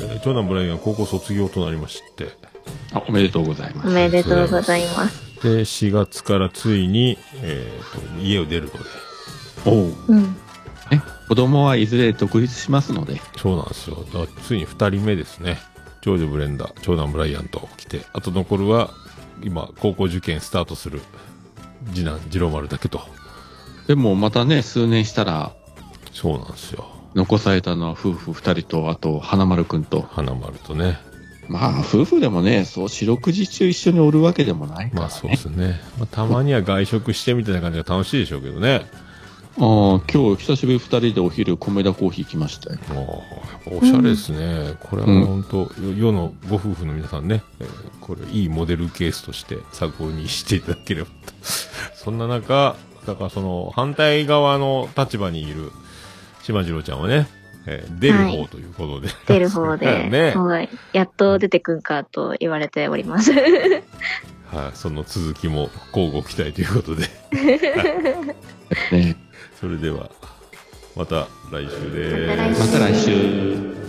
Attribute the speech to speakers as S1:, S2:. S1: ー長男ブライアン高校卒業となりまして、
S2: あおめでとうござい
S3: お
S2: ます。
S3: めでとうございます。
S1: で、4月からついに、えーと、家を出るので、
S2: おう
S3: うん。
S2: ね、子供はいずれ独立しますので、
S1: そうなんですよ。だからついに2人目ですね。長女ブレンダ、長男ブライアンと来て、あと残るは、今、高校受験スタートする、次男、次郎丸だけと。
S2: でもまたね、数年したら、
S1: そうなんですよ。
S2: 残されたのは夫婦二人と、あと、花丸くんと。
S1: 花丸とね。
S2: まあ、夫婦でもね、そう、四六時中一緒におるわけでもないから、
S1: ま
S2: ね。
S1: あそうですね。まあ、たまには外食してみたいな感じが楽しいでしょうけどね。
S2: ああ、今日久しぶり二人でお昼、米田コーヒー来ましたよ。
S1: ああ、やっぱおしゃれですね。これは本当、世のご夫婦の皆さんね、えーこれいいモデルケースとして参考にしていただければと。 そんな中、だからその反対側の立場にいる島次郎ちゃんはね、えー出る方ということで。
S3: 出る方 で、
S1: ね。
S3: はい。やっと出てくんかと言われております。
S1: はい、その続きも交互期待ということで。
S2: ね、
S1: それでは、また来週です。
S3: また来週
S2: また来週。